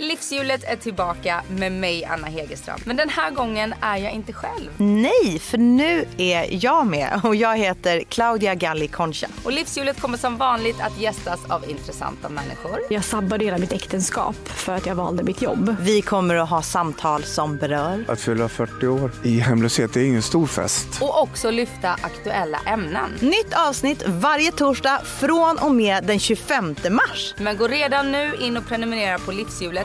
Livshjulet är tillbaka med mig, Anna Hegerstrand. Men den här gången är jag inte själv. Nej, för nu är jag med och jag heter Claudia Galli Concha. Och Livshjulet kommer som vanligt att gästas av intressanta människor. Jag sabbade hela mitt äktenskap för att jag valde mitt jobb. Vi kommer att ha samtal som berör. Att fylla 40 år i hemlöshet är ingen stor fest. Och också lyfta aktuella ämnen. Nytt avsnitt varje torsdag från och med den 25 mars. Men gå redan nu in och prenumerera på Livshjulet